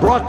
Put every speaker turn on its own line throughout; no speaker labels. brought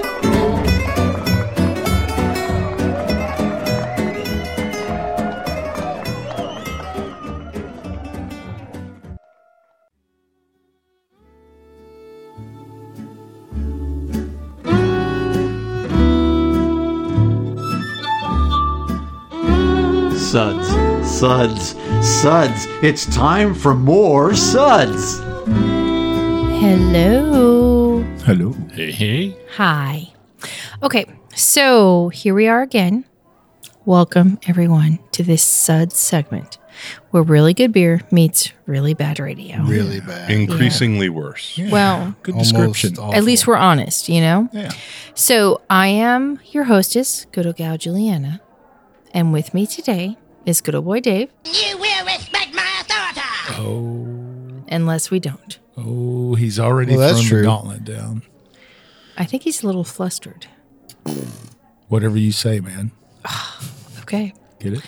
Suds, suds, suds. It's time for more suds.
Hello.
Hello.
Hey, hey.
Hi. Okay, so here we are again. Welcome, everyone, to this Sud segment where really good beer meets really bad radio.
really bad.
Increasingly worse.
Well,
Good
Almost
description.
awful.
at least we're honest, you know?
Yeah.
So I am your hostess, good old gal Juliana. And with me today is good old boy Dave,
You will respect my authority.
unless we don't.
Oh, he's already
Well, that's
thrown
true.
the gauntlet down.
I think he's a little flustered.
Whatever you say, man.
Okay.
Get it?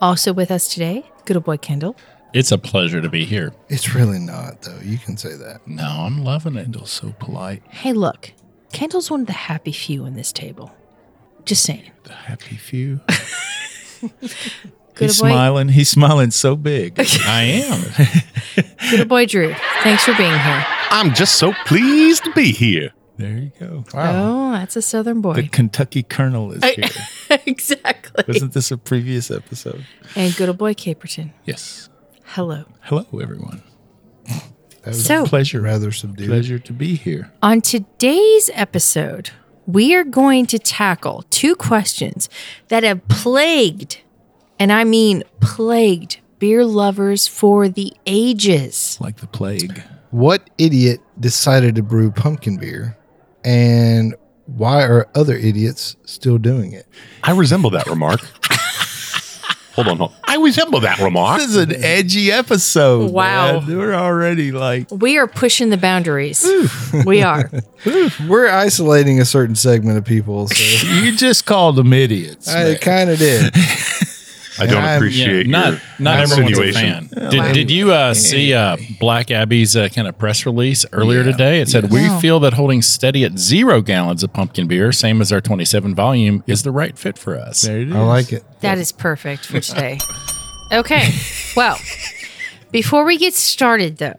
Also with us today, good old boy Kendall.
It's a pleasure to be here.
It's really not, though. You can say that.
No, I'm loving it. Kendall's so polite.
Hey, look, Kendall's one of the happy few in this table. Just saying.
The happy few.
Good
he's
boy.
smiling. He's smiling so big. I am.
Good boy, Drew. Thanks for being here.
I'm just so pleased to be here.
there you go.
Oh, that's a Southern
The
boy.
Kentucky Colonel is here.
exactly.
Wasn't this a previous episode?
And good old boy Caperton.
Yes.
Hello.
Hello, everyone.
That was
So
Pleasure.
rather subdued.
Pleasure to be here.
on today's episode, we are going to tackle two questions that have plagued, and I mean plagued, beer lovers for the ages.
Like the plague.
What idiot decided to brew pumpkin beer, and why are other idiots still doing it?
I resemble that remark. hold on, hold on. I resemble that remark.
This is
Mm-hmm.
an edgy episode.
Wow.
man. We're already like
We are pushing the boundaries. we are.
We're isolating a certain segment of people. So
you just called them idiots.
I
man.
kind of did.
I don't
I'm-
appreciate
not
your
not everyone's a fan.
insinuation.
Did, did you uh, see uh, Black Abbey's uh, kind of press release earlier today? It said we
Wow.
feel that holding steady at zero gallons of pumpkin beer, same as our 27 volume, is the right fit for us.
There it is.
I like it.
That is perfect for today. Okay. Well, before we get started, though,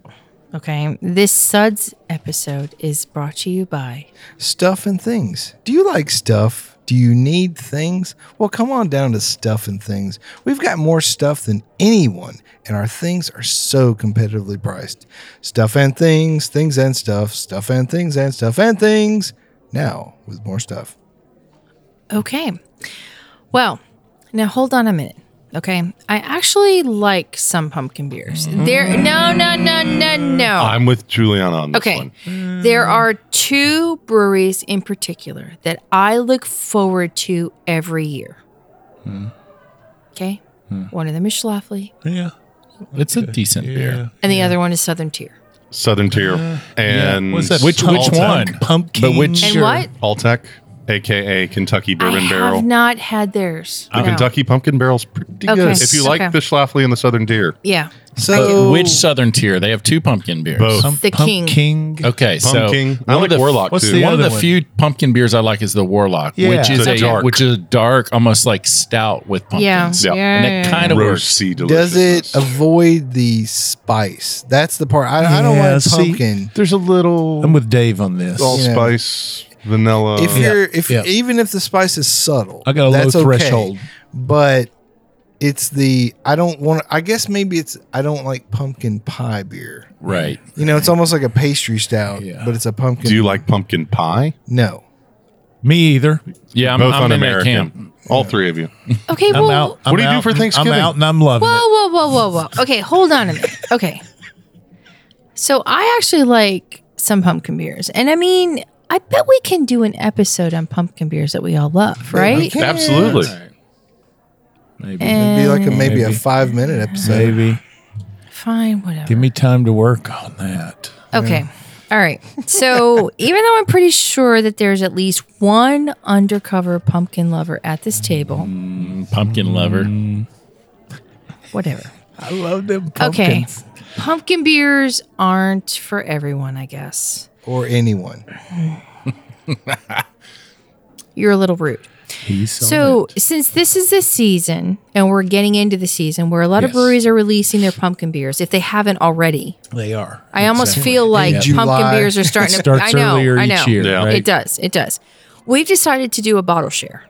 okay, this Suds episode is brought to you by
Stuff and things. Do you like stuff? Do you need things? Well, come on down to stuff and things. We've got more stuff than anyone, and our things are so competitively priced. Stuff and things, things and stuff, stuff and things and stuff and things. Now with more stuff.
Okay. Well, now hold on a minute. Okay. I actually like some pumpkin beers.
Mm-hmm.
There no no no no no.
I'm with Juliana on this
okay.
one.
There are two breweries in particular that I look forward to every year.
Hmm.
Okay? One of them is Schlafly
Yeah.
It's a decent beer.
and the other one is Southern Tier.
Southern Tier and
What's that?
Which- which
Saltine
one?
Pumpkin.
But which-
And
Sure.
what?
Altec, aka Kentucky
I
Bourbon Barrel.
have not had theirs.
the
No.
Kentucky Pumpkin Barrel's pretty
Okay.
good. If you like
Okay.
the Schlafly and the Southern Deer,
Yeah.
So
Which Southern tier? They have two pumpkin beers.
Both.
Pump-
The
Pumpkin.
Okay, so
Pumpkin. I
one of
like
the-
Warlock,
what's
too.
the
one of
other
the
one.
few pumpkin beers I like is the Warlock,
Yeah.
which is
The
a
dark.
which is a dark, almost like stout with
Yeah.
pumpkins.
Yeah.
yeah.
And it kind of works.
roasty
does it
deliciousness.
avoid the spice? That's the part I, I don't
Yeah,
want
see,
pumpkin.
There's a little
I'm with Dave on this.
allspice, vanilla.
if you're if
Uh-huh. yeah.
even if the spice is subtle,
I got a
that's
low
okay.
threshold.
but it's the I don't want. I guess maybe it's I don't like pumpkin pie beer.
Right.
You know, it's almost like a pastry stout,
Yeah.
but it's a pumpkin.
do you like pumpkin pie?
No,
Me either.
Yeah, I'm,
Both
I'm in that
un-American.
camp.
All three of you.
Okay,
I'm
well
out.
What do you
I'm
do
out
for
and-
Thanksgiving?
I'm out and I'm loving it.
Whoa, whoa, whoa, whoa, whoa. Okay, hold on a minute. Okay. So I actually like some pumpkin beers. And I mean, I bet we can do an episode on pumpkin beers that we all love, right?
Yeah.
Absolutely.
Maybe.
Eh.
It'd be like
Mm.
a, maybe, a
Maybe.
five minute episode.
Maybe.
Fine, whatever.
Give me time to work on that.
okay. All All right. So even though I'm pretty sure that there's at least one undercover pumpkin lover at this table,
Pumpkin lover.
whatever.
I love them
Okay.
pumpkins.
Pumpkin beers aren't for everyone, I guess.
Or anyone.
You're a little rude.
He's
So, since this is the season and we're getting into the season where a lot of
Yes.
breweries are releasing their pumpkin beers, if they haven't already,
they are.
I almost feel like pumpkin
July.
beers are starting to.
Starts
I know,
earlier
I
each
know.
year, Yeah. right?
It does. It does. We've decided to do a bottle share.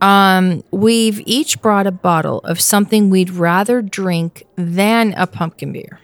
Um, we've each brought a bottle of something we'd rather drink than a pumpkin beer.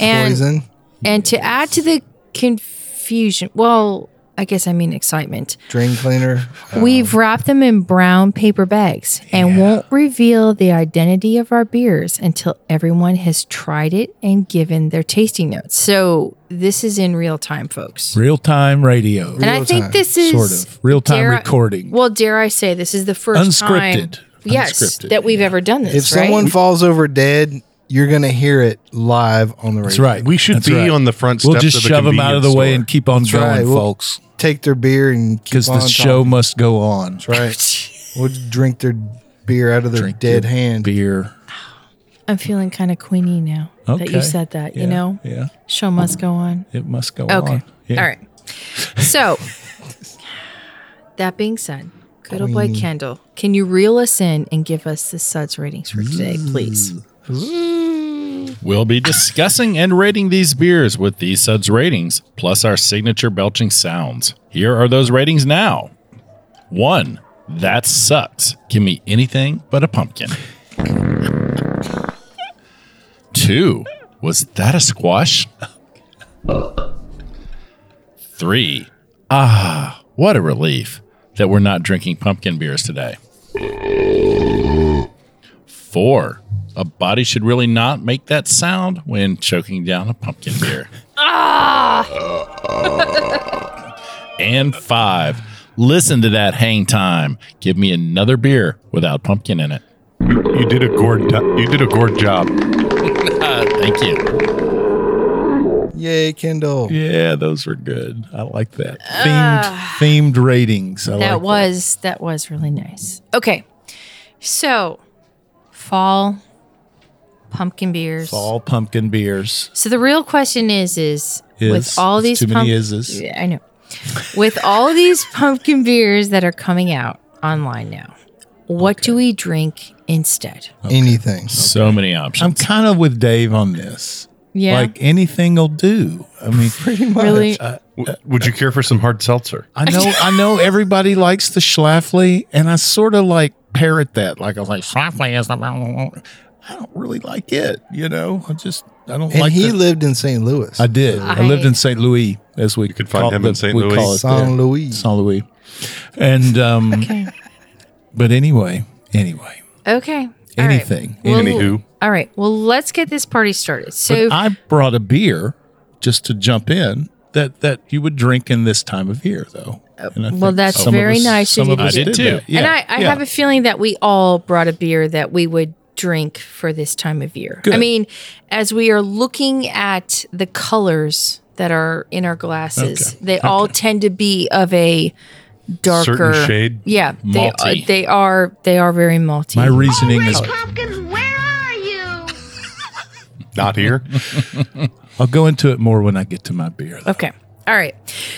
And
Poison.
and to add to the confusion, well, I guess I mean excitement.
Drain cleaner. Uh,
Oh.
We've wrapped them in brown paper bags and won't reveal the identity of our beers until everyone has tried it and given their tasting notes. So this is in real time, folks.
Real time radio.
and I think
time,
this is
sort of. Real-time
dare I-
recording.
well, dare I say, this is the first
Unscripted.
time, yes,
Unscripted,
that we've ever done this.
If
right?
someone falls over dead, you're going to hear it live on the radio.
That's right.
We should
That's
be
right.
on the front
We'll
steps
just
of the
shove them out of the
convenience
way
store.
and keep on going,
right. We'll-
folks,
Take their beer and keep
because
on
the show
talking.
must go on.
That's right. we'll drink their beer out of their
Drink
dead
your
hand.
Beer.
I'm feeling kind of queenie now that
Okay.
you said that.
Yeah,
You know,
Yeah.
show must go on.
It must go
Okay.
on. Yeah.
All right. So, that being said, good old boy Kendall, can you reel us in and give us the suds ratings for today, please?
We'll be discussing and rating these beers with these suds ratings, plus our signature belching sounds. Here are those ratings now. One, that sucks. Give me anything but a pumpkin. Two, was that a squash? Three, ah, what a relief that we're not drinking pumpkin beers today. Four, a body should really not make that sound when choking down a pumpkin beer. and five, listen to that hang time. Give me another beer without pumpkin in it.
You, you did a gourd. do- You did a gourd job.
Thank you.
Yay, Kendall.
Yeah, those were good. I like that. Themed themed ratings. I
that
like
was that was really nice. Okay. So, fall pumpkin beers.
Fall pumpkin beers.
So the real question is is,
Is.
with all
It's
these
too many
pump-
ises.
Yeah, I know. With all these pumpkin beers that are coming out online now, what do we drink instead?
Anything.
So many
I'm
options.
kind of with Dave on this.
Yeah.
Like anything will do. I mean,
Pretty much.
really?
W- would you care for some hard seltzer?
I know, I know everybody likes the Schlafly, and I sort of like parrot that. Like I was like, Schlafly is the. I don't really like it. You know, I just I don't
And
like.
he
the-
lived in St. Louis.
I did. I, lived in St. Louis, as we
could find
call-
him in St.
we
Louis.
call it
Saint
there.
Louis.
Saint Louis, and um,
okay.
but anyway, anyway,
Okay. All right.
anything.
Well,
Anywho.
All right. Well, let's get this party started. So,
But I brought a beer just to jump in that that you would drink in this time of year, though. And I
Oh, well,
think
that's
some of
very
us-
nice of
some
you
of
to
us
do.
did
I did
that.
too.
Yeah,
and I, I
yeah.
have a feeling that we all brought a beer that we would drink for this time of year. I
Good.
mean, as we are looking at the colors that are in our glasses, they all tend to be of a darker
shade.
Yeah, they, uh,
Malty.
they are they are very malty.
my reasoning is
Pumpkin, where are you?
Not here.
I'll go into it more when I get to my beer. though.
Okay. All right.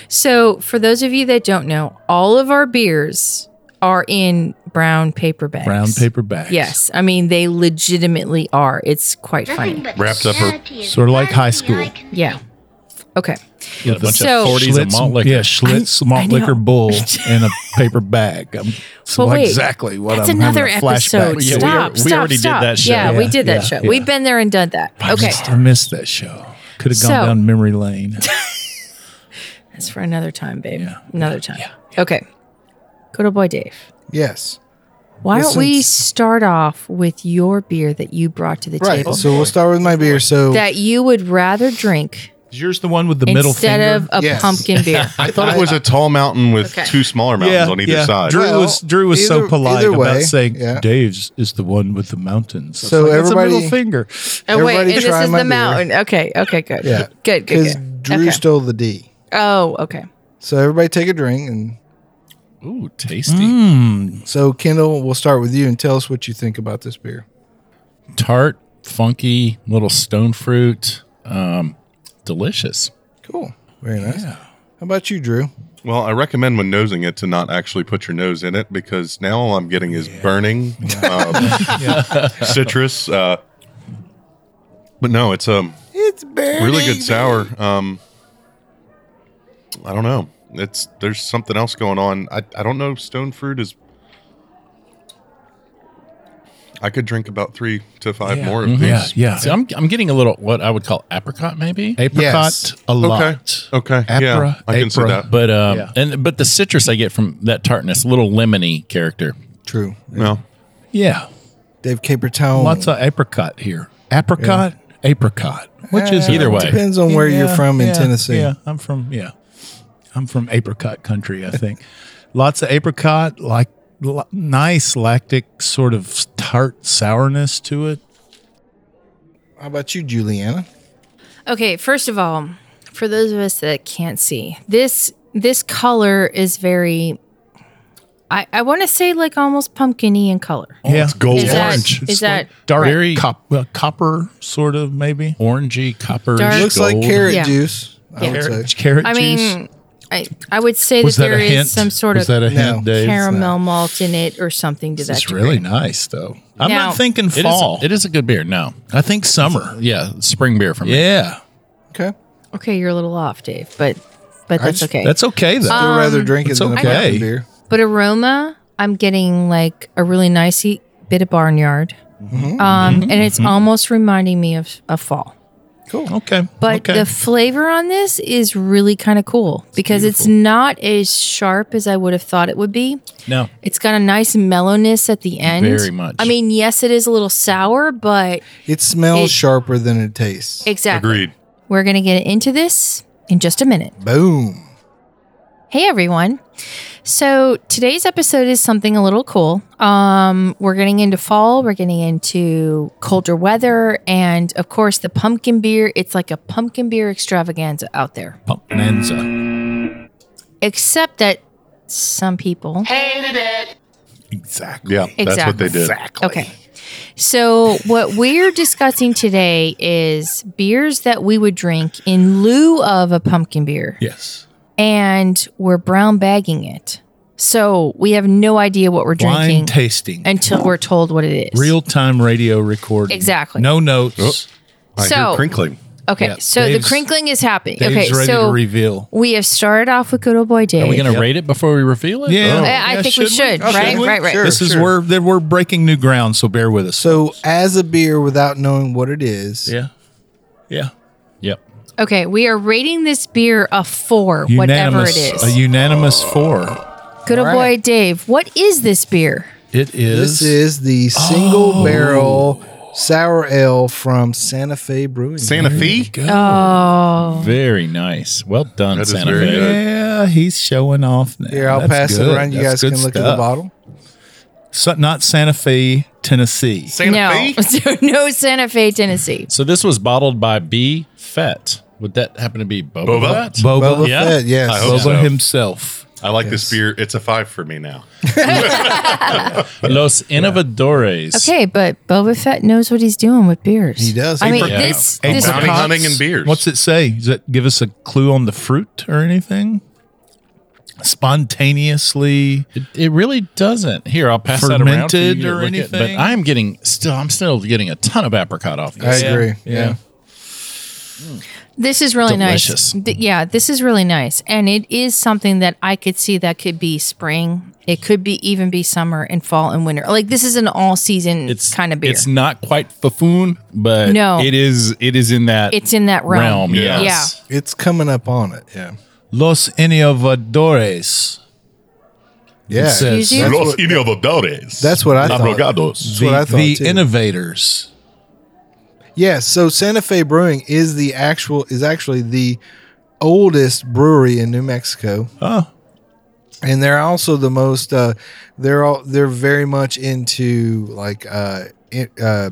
So, for those of you that don't know, all of our beers are in brown paper bags.
Brown paper bags.
Yes. I mean, they legitimately are. It's quite
Nothing
funny.
but
Wrapped up her-
sanity is
Sort of like high
hardly
school.
I can-
Yeah. Okay.
Got a bunch
So-
of 40s and
Schlitz-
malt liquor.
Yeah, Schlitz
I- I
malt
know.
liquor bull in a paper bag. I'm, so
But wait,
exactly what
That's
I'm
another
having a flashback
episode.
to.
Yeah, we
stop.
are- we
stop.
already did
stop.
that show.
Yeah, we did that
Yeah,
show.
yeah.
We've been there and done that.
I
Okay.
just- I missed that show. Could have gone
So-
down memory lane.
That's for another time, babe. Another time. Okay. Good old boy, Dave.
Yes.
Why
Well,
don't we
since-
start off with your beer that you brought to the
Right.
table
So we'll start with my beer. So
that you would rather drink
Is yours the one with the middle
instead
finger?
of uh, a
Yes.
pumpkin beer.
I thought it was a tall mountain with
Okay.
two smaller mountains on either side.
Drew
Well,
was Drew was so
either-
polite
either
about
way,
saying
yeah.
Dave's is the one with the mountains. I was
So
like, "That's a middle
everybody-
finger.
Oh wait,
Everybody
and this
try
is
my
the
beer.
mountain. Okay, okay, good.
Yeah.
Good, good,
because
good.
Drew
Okay.
stole the D.
Oh, okay.
So everybody take a drink, and
Ooh, tasty.
Mm.
so Kendall, we'll start with you and tell us what you think about this beer.
Tart, funky, little stone fruit. Um, delicious.
Cool, very nice. How about you, Drew?
Well, I recommend when nosing it to not actually put your nose in it because now all I'm getting is burning um, citrus. Uh, but no, it's um, a
It's barely
really good sour. Um, I don't know. It's there's something else going on. I I don't know. Stone fruit is. I could drink about three to five more
Mm-hmm.
of
Yeah,
these.
yeah.
See, I'm, I'm getting a little what I would call apricot, maybe.
Apricot
Yes.
a lot.
Okay. Okay. yeah.
Apra-
I can see
apra-
that.
But um,
Yeah.
and but the citrus I get from that tartness, little lemony character.
True.
no.
Yeah.
Dave Capertone.
Lots of apricot here. Apricot, apricot, which is
Uh,
Either way.
Depends on where you're
Yeah,
from in
yeah,
Tennessee.
Yeah, I'm from yeah, I'm from apricot country. I think lots of apricot, like l- nice lactic sort of tart sourness to it.
How about you, Juliana?
Okay, first of all, for those of us that can't see, this this color is very I, I want to say like almost pumpkiny in color.
yeah, it's gold
Is that- orange. is that-
dark
Very-
cop, well, copper sort of maybe?
Orangey, copper,
Dark-
Looks like
gold.
carrot
Yeah.
juice. I
Yeah.
would say.
Carrot
I
juice.
mean, I I would say that, there is some sort
Was
of
that a hint,
No.
Dave?
caramel malt in it or something to that
It's
degree.
really nice though. I'm
Now-
not thinking
It is-
fall.
it is a good beer. No,
I think summer.
yeah, spring beer for me.
Yeah,
Okay.
Okay, you're a little off, Dave, but but that's
just-
okay.
that's okay though.
I'd rather
Um,
drink it
it's
than a
okay.
fucking beer.
but aroma, I'm getting like a really nice e- bit of barnyard.
Mm-hmm.
Um, and it's almost reminding me of, of fall.
okay,
But
okay.
the flavor on this is really kind of cool because it's not as sharp as I would have thought it would be.
No,
It's got a nice mellowness at the end.
Very much.
I mean, yes, it is a little sour, but
It smells
It-
sharper than it tastes.
exactly.
Agreed.
We're going to get into this in just a minute.
Boom.
Hey everyone. So today's episode is something a little cool. Um, we're getting into fall, we're getting into colder weather, and of course the pumpkin beer. It's like a pumpkin beer extravaganza out there.
Pumpkinanza.
Except that some people
Exactly.
Yeah. That's what they did.
Exactly.
Okay. So what we're discussing today is beers that we would drink in lieu of a pumpkin beer.
Yes.
And we're brown bagging it. So we have no idea what we're
Blind
drinking.
tasting.
until we're told what it is.
Real time radio recording.
Exactly.
No notes.
Oh.
I
So-
hear crinkling.
Okay,
Yeah,
so
Dave's-
the crinkling is happening.
Dave's
okay,
ready
so
to reveal.
we have started off with good old boy Dave.
are we gonna rate it before we reveal it?
Yeah.
I- I
Yeah,
think we should.
Okay.
right,
Should we?
right, right.
Oh. Sure.
This is where that we're breaking new ground, so bear with us.
So, as a beer without knowing what it is,
yeah. Yeah.
Oh, Yep.
Okay, we are rating this beer a four, whatever it
Unanimous.
is.
A unanimous four.
good old boy
Alright.
Dave. What is this beer?
It is.
this is the single
Oh.
barrel sour ale from Santa Fe Brewing.
Santa Fe.
Oh,
Very nice. Well done,
That is
Santa
very
Fe.
good.
yeah, he's showing off now.
Here, I'll
That's
pass
good.
it around. You
That's
guys
good
can look at the
stuff.
bottle.
So, not Santa Fe, Tennessee.
Santa
no, so no Santa Fe, Tennessee.
So this was bottled by B. Fett. Would that happen to be Boba?
Boba?
Fett?
Boba,
Boba
Yeah.
Fett, yes.
I hope
Boba
so.
himself.
I like this beer. It's a five for me now.
Los Innovadores.
Okay, but Boba Fett knows what he's doing with beers.
He does.
I mean,
Apricot.
this
Yeah.
this
Bounty
Apricots.
hunting and beers.
What's it say? Does that give us a clue on the fruit or anything? Spontaneously.
It, it really doesn't. Here, I'll pass that around. for
Fermented
you to
or
look at,
anything?
but I'm getting still. I'm still getting a ton of apricot off
I
this.
agree. Yeah.
This is really
Delicious.
nice. Th- yeah, this is really nice, and it is something that I could see that could be spring. It could be even be summer and fall and winter. Like this is an all season
It's
kind of beer.
It's not quite fafoon, but
No.
it is. It is in that.
It's in that realm.
realm.
Yeah.
yes.
It's coming up on it. Yeah.
Los Innovadores.
Yeah.
says-
That's
Excuse you?
what,
Innovadores.
that's what I thought.
Abrogados.
That's what I
The,
thought.
the
too.
innovators.
Yeah, so Santa Fe Brewing is the actual is actually the oldest brewery in New Mexico.
Oh.
And they're also the most uh they're all they're very much into like uh in, uh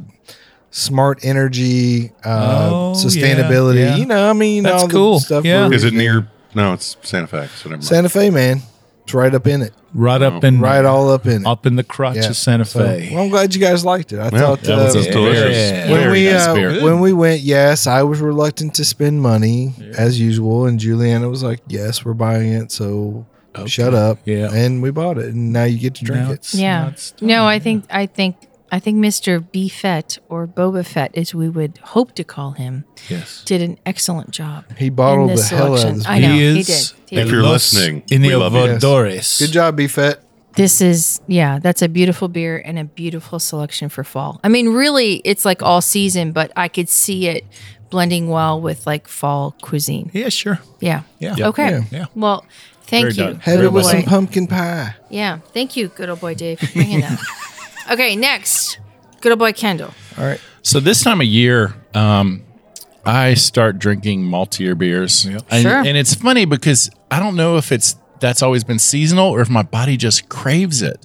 smart energy, uh,
Oh,
sustainability.
yeah, yeah.
You know, I mean,
That's
all the
cool.
stuff.
Yeah.
breweries
Is it
do.
near? No, it's Santa Fe. So never mind.
Santa Fe, man? It's right up in it,
Right up in
right all up in it.
up in the crotch
Yeah.
of Santa
So,
Fe.
well, I'm glad you guys liked it. I
Yeah,
thought
that was
uh,
a delicious.
Yeah.
when
very
we
nice
uh,
beer.
when we went, yes, I was reluctant to spend money as usual, and Juliana was like, "Yes, we're buying it, so shut up."
Yeah.
and we bought it, and now you get to drink
Now
it.
it's- now
Yeah.
it's done.
No, I think I think I think Mr. B Fett or Boba Fett, as we would hope to call him,
Yes.
did an excellent job.
He bottled
in this
the hell out
selection.
of this.
I know
He
he,
is-
did. He
If
did.
you're
Los
listening, we love you.
Innovadores.
Good job, Beefette.
This is yeah, that's a beautiful beer and a beautiful selection for fall. I mean, really, it's like all season, but I could see it blending well with like fall cuisine.
Yeah, sure.
Yeah.
Yeah.
Okay.
Yeah.
Well, thank
Very
you.
done.
Have
Very
it with
well.
some pumpkin pie.
Yeah. Thank you, good old boy Dave, for bringing that. okay, next, good old boy Kendall.
So this time of year, um, I start drinking maltier beers, and,
Sure.
and it's funny because I don't know if it's that's always been seasonal or if my body just craves it.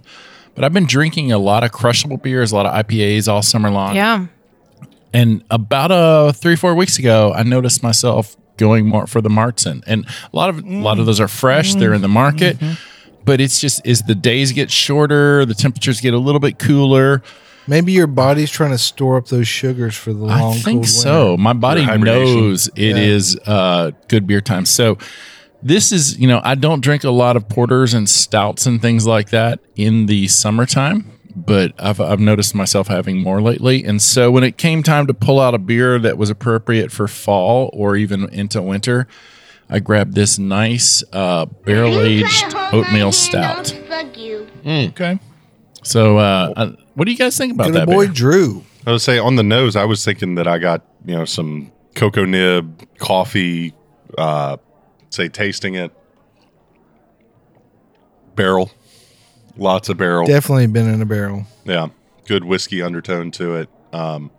But I've been drinking a lot of crushable beers, a lot of IPAs all summer long.
Yeah.
And about uh three four weeks ago, I noticed myself going more for the Martzen, and a lot of a lot of those are fresh; they're in the market. But it's just as the days get shorter, the temperatures get a little bit cooler.
Maybe your body's trying to store up those sugars for the long.
I think
cold
so.
winter.
My body
Your hibernation.
knows it is uh, good beer time. So this is, you know, I don't drink a lot of porters and stouts and things like that in the summertime, but I've, I've noticed myself having more lately. And so when it came time to pull out a beer that was appropriate for fall or even into winter, I grabbed this nice uh, barrel aged oatmeal stout. Okay. So, uh, I- what do you guys think about
Good
that?
old boy
beer?
Drew.
I would say on the nose, I was thinking that I got, you know, some cocoa nib, coffee, uh, say tasting it. Barrel. Lots of barrel.
Definitely been in a barrel.
yeah. Good whiskey undertone to it. Um,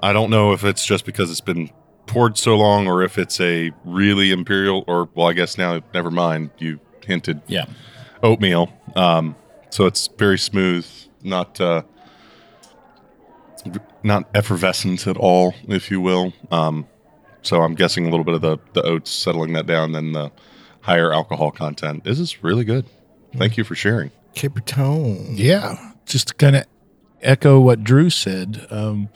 I don't know if it's just because it's been poured so long or if it's a really imperial or well, I guess now never mind. You hinted
Yeah.
oatmeal. Um, so it's very smooth, not uh, not effervescent at all, if you will. Um, so I'm guessing a little bit of the the oats settling that down, then the higher alcohol content. This is really good. Thank you for sharing.
Cape Tone.
Yeah. Just to kind of echo what Drew said, um,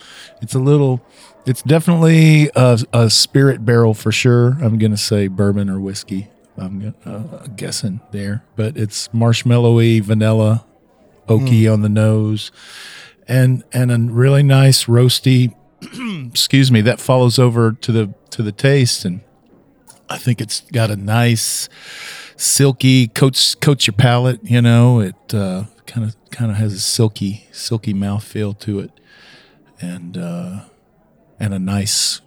it's a little, it's definitely a, a spirit barrel for sure. I'm going to say bourbon or whiskey. I'm gu- uh, guessing there, but it's marshmallowy, vanilla, oaky on the nose, and and a really nice roasty. excuse me. That follows over to the to the taste, and I think it's got a nice silky coats coats your palate. You know, it kind of kind of has a silky silky mouthfeel to it, and uh, and a nice,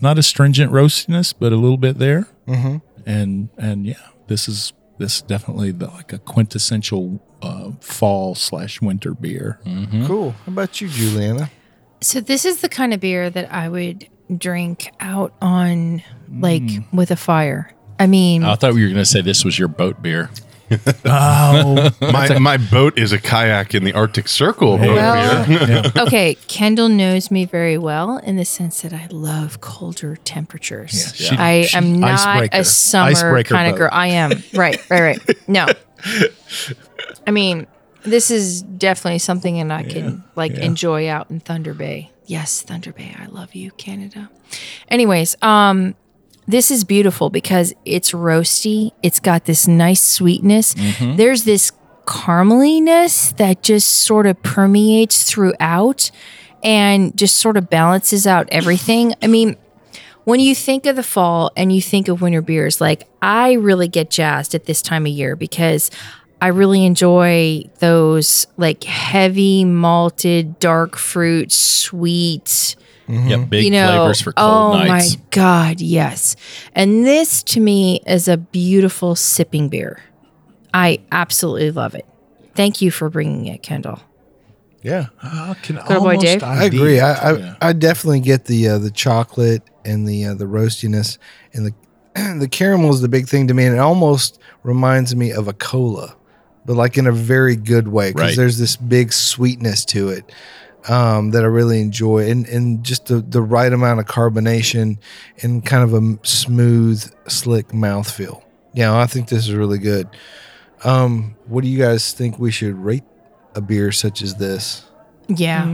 not astringent roastiness, but a little bit there.
Mm-hmm.
And and yeah, this is this is definitely the, like a quintessential uh, fall slash winter beer.
Cool. How about you, Juliana?
So this is the kind of beer that I would drink out on like
Mm.
with a fire. I mean,
I thought you were going to say this was your boat beer.
Oh,
My my boat is a kayak in the Arctic Circle. boat
Well-
beer.
okay, Kendall knows me very well in the sense that I love colder temperatures.
Yeah, she-
I
she-
am not
icebreaker.
a summer
Icebreaker
kind
boat.
of girl. I am. Right, right, right. No. I mean, this is definitely something and I can like enjoy out in Thunder Bay. Yes, Thunder Bay. I love you, Canada. Anyways, um this is beautiful because it's roasty. It's got this nice sweetness. There's this carameliness that just sort of permeates throughout and just sort of balances out everything. I mean, when you think of the fall and you think of winter beers, like I really get jazzed at this time of year because I really enjoy those like heavy malted, dark fruit, sweet,
Mm-hmm.
Yeah, big
you know,
flavors for cold
oh
nights.
my god, yes. And this to me is a beautiful sipping beer. I absolutely love it. Thank you for bringing it, Kendall.
yeah. I can
old boy
almost
Dave.
ID
I agree. I I,
it. Yeah.
I definitely get the uh, the chocolate and the uh, the roastiness and the the caramel is the big thing to me, and it almost reminds me of a cola, but like in a very good way because
Right.
there's this big sweetness to it. um, that I really enjoy, and and just the the right amount of carbonation and kind of a m- smooth, slick mouthfeel. Yeah, I think this is really good. Um, what do you guys think we should rate a beer such as this?
Yeah. I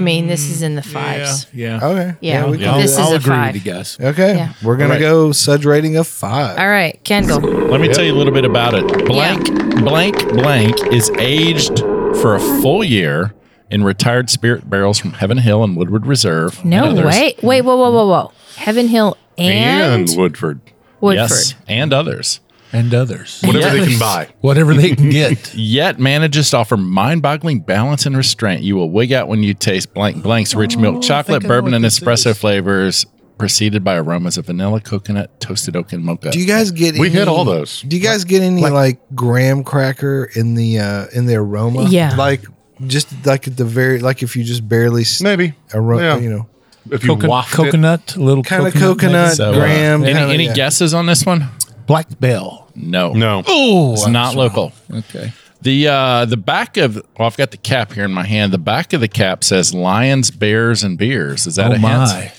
mean, this is in the fives.
Mm, Yeah.
Okay,
Yeah.
we can
I'll-
do
This
that.
is a
agree
five.
with you guys.
okay.
Yeah.
We're gonna
Right.
go suds rating of five.
All right, Kendall.
Let me tell you a little bit about it. Blank, blank, blank is aged for a full year in retired spirit barrels from Heaven Hill and Woodward Reserve.
No
and others.
way. Wait, whoa, whoa, whoa, whoa. Heaven Hill and,
and Woodford.
Woodford.
Yes, and others.
And others.
Whatever
Yes.
they can buy.
Whatever they can get.
Yet manages to offer mind-boggling balance and restraint. You will wig out when you taste blank blank's rich milk chocolate,
Oh, think I know
bourbon,
what
and
this
espresso
is.
flavors, preceded by aromas of vanilla, coconut, toasted oak, and mocha.
Do you guys get?
We
any,
hit all those.
Do you guys get any like, graham cracker in the uh in the aroma?
Yeah.
like just like at the very like if you just barely s-
Maybe.
aroma,
Yeah.
you know,
If you
Coco-
waft it.
coconut, a little
kind of
maybe.
coconut,
so, uh,
graham.
any
kinda-
any
yeah.
guesses on this one?
Black bell.
No,
No.
Oh,
it's not local.
Okay.
The uh, the back of well, I've got the cap here in my hand. The back of the cap says lions, bears, and beers. Is that
Oh
a hint?
my.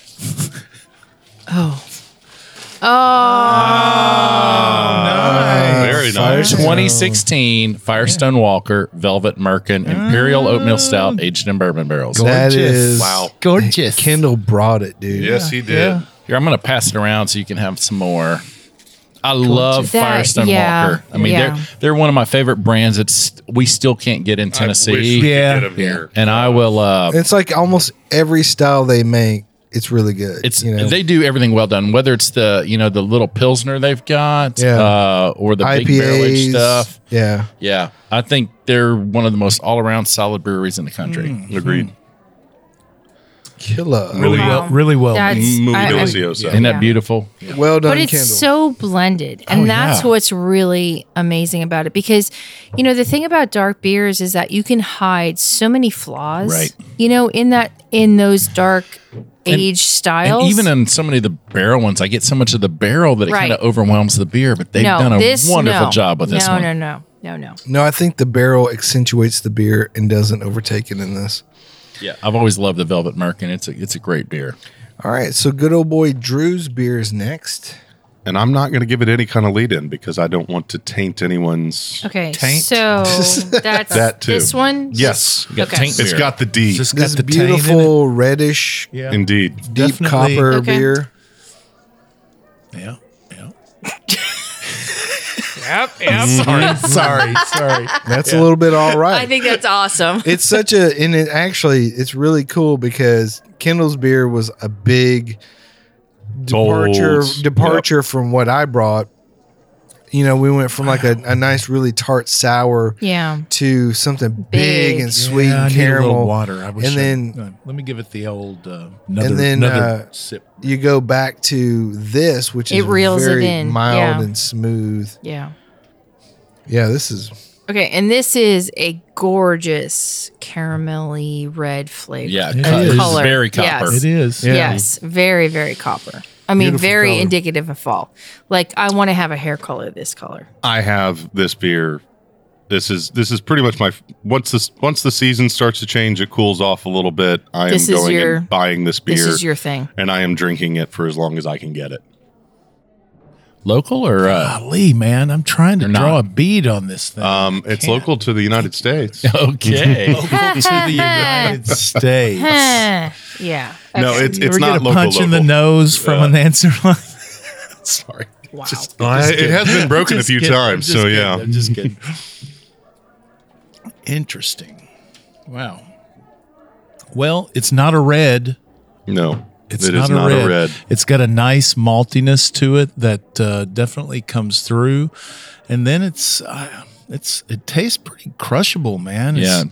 Oh.
Uh, Very nice.
2016 Firestone Walker Velvet Merkin Imperial Oatmeal
Mm.
Stout aged in bourbon barrels.
That is
Wow.
Gorgeous.
Kendall brought it, dude.
Yes, he did.
Yeah.
Here, I'm going to pass it around so you can have some more. I love
That-
Firestone
yeah,
Walker. I mean,
yeah.
they're they're one of my favorite brands. It's we still can't get
I
in
wish we
Tennessee,
could
Yeah.
get him here.
and I will. Uh,
It's like almost every style they make. It's really good.
It's
you know
they do everything well done. Whether it's the you know the little pilsner they've got,
Yeah.
uh, or the big barrel
IPAs
aged stuff.
Yeah,
Yeah, I think they're one of the most all around solid breweries in the country.
Mm.
Agreed.
killer.
Really
Wow.
Well, really well.
That's-
made.
Movie
I- I-
delicioso.
Isn't
Yeah.
that beautiful?
Well done,
But it's
Kendall.
so blended. And
Oh,
that's
yeah.
what's really amazing about it. Because, you know, the thing about dark beers is that you can hide so many flaws.
Right.
You know, in that in those dark age styles.
And even in so many of the barrel ones, I get so much of the barrel that it
Right.
kind of overwhelms the beer. But they've done a wonderful
no.
job with this
no,
one.
No, no, no, no,
no, I think the barrel accentuates the beer and doesn't overtake it in this.
Yeah, I've always loved the Velvet Merkin. It's a it's a great beer.
All right, so good old boy Drew's beer is next.
And I'm not going to give it any kind of lead in because I don't want to taint anyone's.
Okay, so that's
That too.
this one.
Yes.
You got
Okay.
taint
It's
beer.
got the D.
Just
This
got the taint in it.
beautiful reddish
Yeah.
Indeed.
deep
Definitely.
copper
Okay.
beer.
Yeah. Yeah. Sorry. Sorry. Sorry.
That's a little bit all right.
I think that's awesome.
it's such a and it actually it's really cool because Kendall's beer was a big departure
Bold.
departure from what I brought. You know, we went from like a, a nice, really tart sour
Yeah.
to something big,
Big.
and sweet
Yeah, I
and
need a little
caramel.
water. I wish
And
I-
then-
uh, let me give it the old uh, another,
then,
another
uh,
sip.
You go back to this, which
It
is
reels it
very
in,
mild
yeah.
and smooth.
Yeah.
Yeah, this is
Okay, and this is a gorgeous caramelly red flavor.
yeah,
It
co-
is.
it's
Color.
very
Yes.
copper.
It is.
Yeah.
Yes, very very copper. I mean,
Beautiful
very
color.
indicative of fall. Like I want to have a hair color this color.
I have this beer. This is this is pretty much my once this once the season starts to change, it cools off a little bit. I am
This is
going
your-
and buying this beer,
This is your thing.
and I am drinking it for as long as I can get it.
Local or uh,
Golly, man, I'm trying to
Or
draw
not.
a bead on this thing.
Um, it's
Can't.
local to the United States.
okay.
United States.
Eh, yeah.
No,
Okay.
it's
You
it's
ever
not
get a
local.
punch in the
local.
Uh,
nose from
Yeah.
an answer line. Sorry.
wow.
I- it has been broken a
Just
few
kidding.
times,
Just
so
kidding.
yeah.
I'm just kidding. Interesting. Wow. Well, it's not a red.
No,
It's
it
not,
is
a,
not
red.
a red.
It's got a nice maltiness to it that uh, definitely comes through, and then it's uh, it's it tastes pretty crushable, man. It's-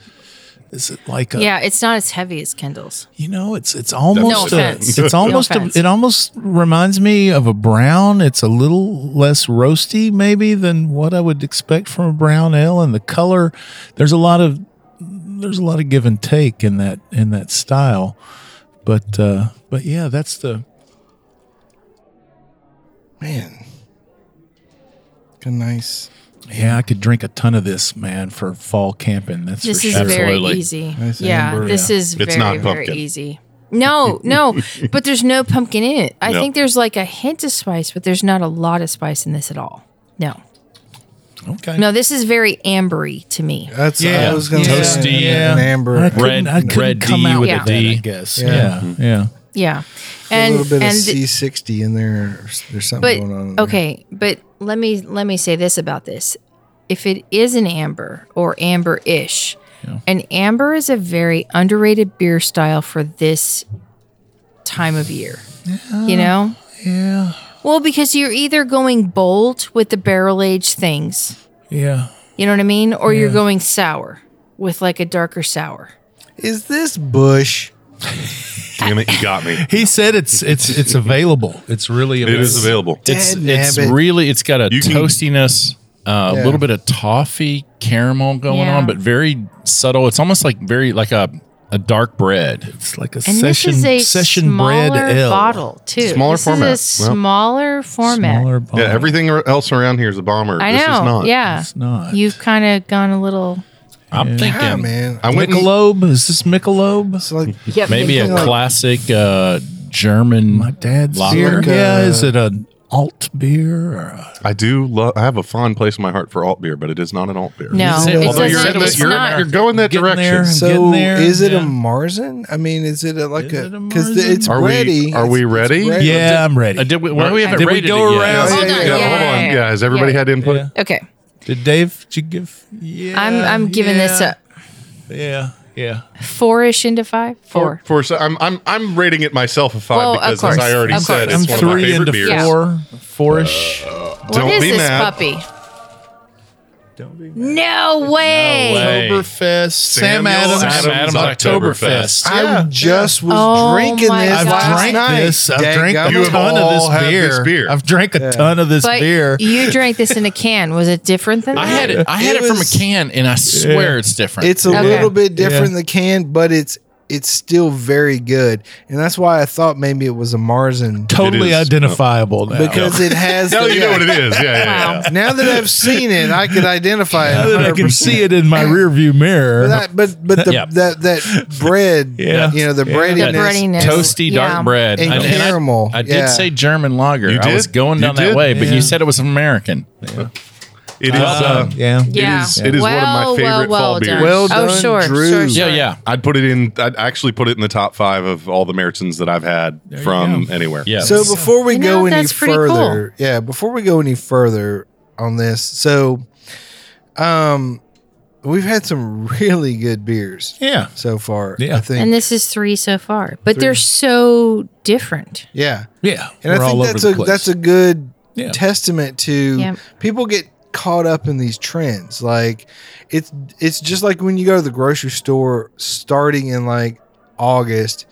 is it like a
Yeah, it's not as heavy as Kendall's.
you know it's it's
No
almost a,
offense.
it's
No
almost a,
offense.
it almost reminds me of a brown. It's a little less roasty maybe than what I would expect from a brown ale, and the color there's a lot of there's a lot of give and take in that in that style, but uh, but yeah, that's the
man. A nice
Yeah, I could drink a ton of this, man, for fall camping. That's
This
for
is
sure.
Absolutely.
very easy.
Nice
yeah,
amber,
this is
It's
very
not
very
pumpkin.
easy. No, no, but there's no pumpkin in it. I
No.
think there's like a hint of spice, but there's not a lot of spice in this at all. No,
okay.
no, this is very ambery to me.
That's
Yeah.
I was gonna
Toasty.
say
Yeah.
an amber.
I couldn't-
Red-
I couldn't
red
come
D
out
with
a
that,
D. Mm-hmm.
I guess.
Yeah.
Yeah, yeah.
Yeah,
a
and
little bit
and
of C sixty in there. or s- There's something
but
going on. in there.
okay, but let me let me say this about this: if it is an amber or amber-ish, an amber is a very underrated beer style for this time of year. you know,
Yeah.
Well, because you're either going bold with the barrel aged things,
Yeah.
you know what I mean? Or you're going sour with like a darker sour.
Is this bush?
Damn it, you got me.
He said it's it's it's available. It's really
It
available.
is available.
It's
Dad
it's
nabbit.
really it's got a
You can-
toastiness, uh, a
Yeah.
little bit of toffee caramel going
Yeah.
on, but very subtle. It's almost like very like a a dark bread.
It's like a
And
session
this is a
session
smaller
bread ale.
bottle too.
Smaller
this
format. Well-
Is a smaller format.
Smaller bottle.
Yeah, everything ar- else around here is a bomber.
Uh-huh. I know.
this is not.
Yeah,
It's not.
You've kind of gone a little.
I'm
Yeah,
thinking
Ah, man.
I went and,
Michelob is this Michelob?
It's like
maybe a
Something like-
classic uh, German.
My dad's
Lager.
beer.
Like
yeah,
a-
is it an alt beer? Or a,
I do love. I have a fond place in my heart for alt beer, but it is not an alt beer.
No,
said-
it
although
Although
doesn't.
you're, in the-
it's
you're,
not.
you're going that
Getting
direction.
there.
So
getting there,
is it a
yeah.
Marzen? I mean, is it a, like
Is
a
it a
because it's
Marzen? Are we-
ready?
are we
It's- it's
ready?
bready.
yeah, I'm ready.
Uh, did we, well, we haven't
Did we
rated
go
it yet.
around?
Yeah,
Yeah,
yeah,
yeah,
yeah,
hold on.
Oh, yeah,
Yeah, has everybody
yeah.
had input?
Yeah.
Okay,
Did Dave? Did you give? Yeah,
I'm I'm giving this
yeah,
a
Yeah, yeah.
four ish into five. Four.
For so I'm I'm I'm rating it myself a five
Well, of
because
course,
as I already
of
said,
course.
it's
I'm
one of my
three
favorite
into
beers.
Yeah.
four, fourish.
Uh,
Don't
what is
be
this
mad.
puppy? No way.
way.
Oktoberfest. Sam Adams.
Adams Oktoberfest.
I just was
Oh
drinking
my God.
this
I've
last
drank
night.
this. I've
Dang
drank
gum.
a
You have
ton of
all had
this beer.
this beer.
I've drank a ton of this
But
beer.
you drank this in a can. Was it different than
I
that?
had it. I had
It
it, from a
was-
can, and I swear it's different.
It's a
Okay.
little bit different
Yeah.
than the can, but it's it's still very good, and that's why I thought maybe it was a Marzen
totally
is.
identifiable now.
uh, because it has.
Now
the-
you know what it is. Yeah, yeah, yeah.
Wow.
Now that I've seen it, I could identify it.
Now that I can
100%.
see it in my rearview
But
mirror.
that, but but the,
Yeah.
that that bread,
Yeah.
you know, the
Yeah.
breadiness,
The breadiness.
toasty
Yeah.
dark bread
And
I- I-
caramel,
I, did
yeah.
say German lager.
You
I was
did?
going down
You
that
did?
way, but
Yeah.
you said it was American.
It is.
done.
Uh,
yeah.
Yeah.
is- it is one of my favorite fall beers.
Well
oh,
done,
sure,
Drew.
sure,
Yeah,
sure.
yeah,
I'd put it in. I'd actually put it in the top five of all the Meritzens that I've had from anywhere.
yeah.
So before we
You
go
know,
any
that's pretty
further, yeah, before we go any further on this, so um we've had some really good beers
Yeah.
so far.
Yeah.
I think
And this is three so far, but they they're so different.
yeah.
Yeah.
And
We're
I
all
think
over
that's
the
a
place.
that's a good
Yeah.
testament to
Yep.
people get caught up in these trends. Like it's it's just like when you go to the grocery store starting in like August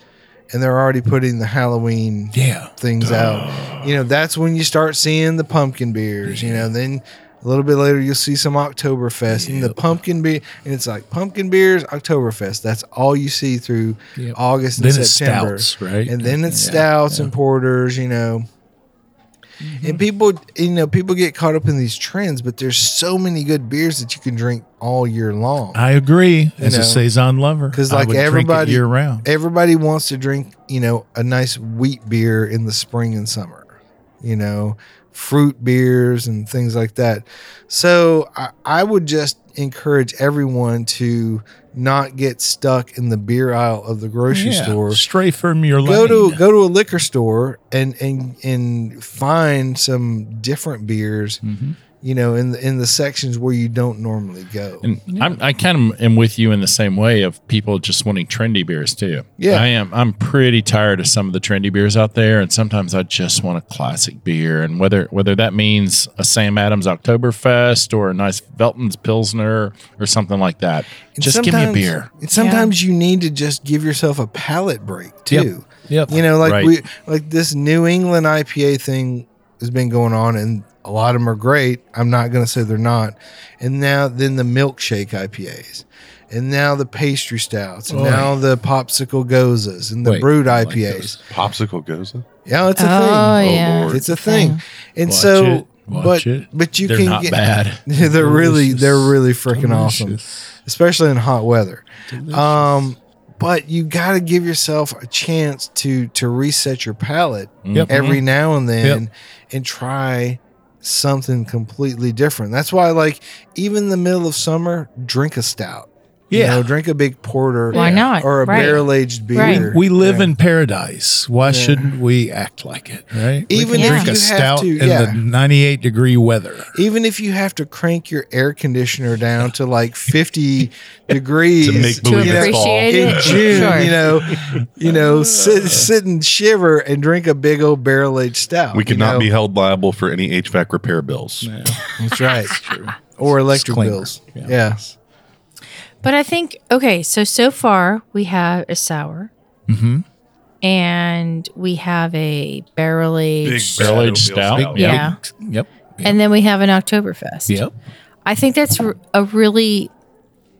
and they're already putting the Halloween
yeah.
things out. You know, that's when you start seeing the pumpkin beers. You know, then a little bit later you'll see some Oktoberfest and the pumpkin beer, and it's like pumpkin beers, Oktoberfest. That's all you see through
Yep.
August and
Then it's
September,
stouts, right?
And then it's
Yeah, Mm-hmm.
stouts and porters. You know. And people, you know, people get caught up in these trends, but there's so many good beers that you can drink all year long.
I agree. As
know,
a saison lover,
'cause,
I
like,
would drink it
everybody-
year round.
everybody wants to drink, you know, a nice wheat beer in the spring and summer, you know, fruit beers and things like that. So I, I would just encourage everyone to not get stuck in the beer aisle of the grocery
Yeah.
store.
Stray from your
Go
lane.
to go to a liquor store and and and find some different beers, you know, in the, in the sections where you don't normally go.
And I'm, I kind of am with you in the same way of people just wanting trendy beers too.
Yeah.
I am. I'm pretty tired of some of the trendy beers out there, and sometimes I just want a classic beer. And whether whether that means a Sam Adams Oktoberfest or a nice Veltman's Pilsner or something like that,
And
just give me a
sometimes-
beer.
And sometimes you need to just give yourself a palate break too.
Yep.
You know, like
Right.
we like this New England IPA thing has been going on, and a lot of them are great. I'm not going to say they're not. And now then the milkshake IPAs, and now the pastry stouts, and now the popsicle gozas and the
Wait,
brewed
I like
IPAs.
Popsicle goes.
yeah, it's a
Oh,
thing.
yeah.
Lord.
It's a thing. And so
it. Watch
but
it.
but you
They're
can
not
get
bad.
they're really they're really freaking awesome,
Delicious.
especially in hot weather. Um, but you got to give yourself a chance to to reset your palate
Mm-hmm. Yep.
every
Mm-hmm.
now and then and try something completely different. That's why like even in the middle of summer, drink a stout. You
Yeah.
know, drink a big porter.
Why not?
Or a
Right.
barrel aged beer.
Right.
We live
Yeah.
in paradise. Why shouldn't we act like it, right? We
Even
can
if
drink
you
a
have
stout
to,
in
yeah.
the 98 degree weather.
even if you have to crank your air conditioner down to like 50 degrees
To make
To
believe it's fall.
appreciate
in
it.
June,
Sure. Uh.
you know, you know, sit, sit and shiver and drink a big old barrel aged stout.
We
you
could not
know?
be held liable for any HVAC repair bills.
That's right. Or electric
Disclaimer.
bills.
Yeah.
Yeah.
Mm-hmm.
But I think okay, so so far we have a sour.
Mm-hmm.
And we have a barrel aged,
Barrel-aged stout.
Yeah.
Yep.
and then we have an Oktoberfest.
Yep.
I think that's r- a really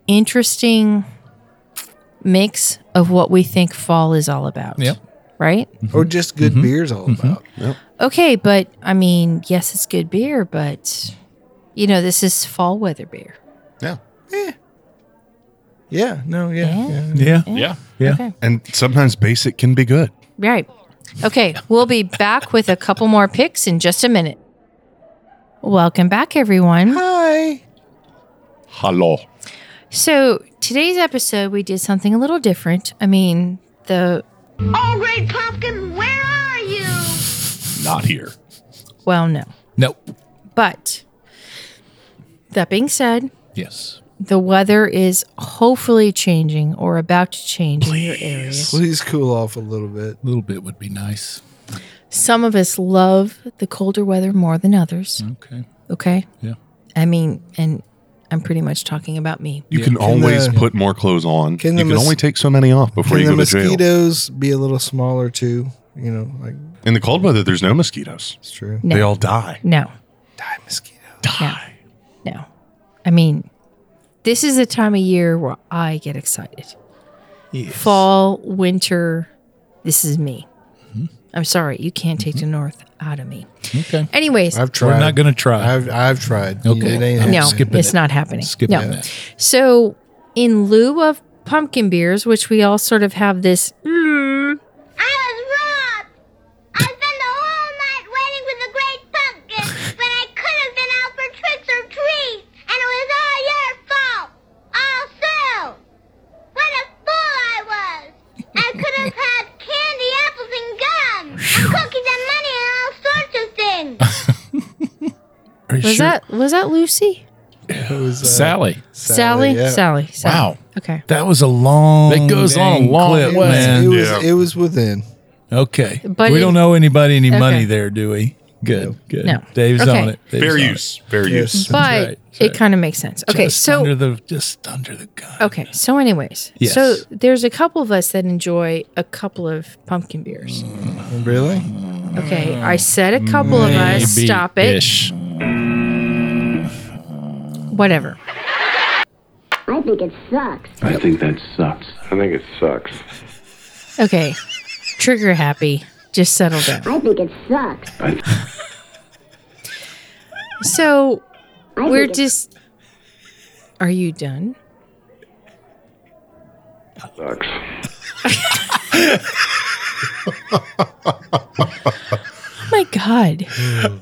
interesting mix of what we think fall is all about.
Yep.
Right?
Or just good
Mm-hmm.
beer's all about.
Okay, but I mean, yes, it's good beer, but you know, this is fall weather beer.
Yeah. No, yeah. yeah.
Yeah.
Yeah.
Yeah.
Okay.
And sometimes basic can be good.
Right. Okay, we'll be back with a couple more picks in just a minute. Welcome back, everyone.
Hi.
Hello.
So, today's episode, we did something a little different. I mean, the,
Oh, Great Pumpkin, where are you?
Not here.
well, no.
Nope.
But that being said,
Yes.
the weather is hopefully changing or about to change in your area.
Please cool off a little bit.
A little bit would be nice.
Some of us love the colder weather more than others.
Okay.
Okay.
Yeah.
I mean, and I'm pretty much talking about me.
You can always
the-
put more clothes on.
Can
you
the
can
mos-
only take so many off before
Can
you
the
go to jail.
mosquitoes be a little smaller too? You know, like
In the cold weather, there's no mosquitoes.
it's true.
No.
They all die.
No,
Die mosquito.
Die.
no. I mean, this is the time of year where I get excited. Fall, winter, this is me. I'm sorry, you can't take the north out of me.
Mm-hmm. Okay.
Anyways,
I've tried.
We're not going to try.
I've I've tried.
Okay.
It ain't
I'm
no,
skipping
it's
it.
not happening.
Skipping
no.
that.
So, in lieu of pumpkin beers, which we all sort of have this, "Mm,"
I was robbed. I spent the whole night waiting for the great pumpkin, but I could have been out for tricks or treats, and it was all your fault. All Sue. What a fool I was. I could have had candy, apples, and gum, and cookies and money and all sorts of things.
Are you
was that was that Lucy,
It was, uh,
Sally.
Sally,
yeah.
Sally, Sally.
Wow.
Okay,
That was a long.
That goes on a
dang
long
clip,
It was,
man.
it, was
Yeah.
it was within.
Okay.
But
we
it-
don't owe anybody any
Okay.
money there, do we? Good. Good.
No.
Dave's
Okay.
on it. Dave's
Fair
on
use. Fair
Yes.
use.
but
right, that's
it
right.
kind of makes sense.
it.
Okay,
Just
so
under the just under the gun.
okay, so anyways,
Yes.
so there's a couple of us that enjoy a couple of pumpkin beers.
Really?
Okay, I said a couple of us.
Maybe
Stop it.
ish.
Whatever.
I think it sucks.
I think that sucks. I think it sucks.
Okay, trigger happy. Just settle down.
I think it sucks.
So
I
we're
think it-
just. Are you done?
Sucks.
Oh my god.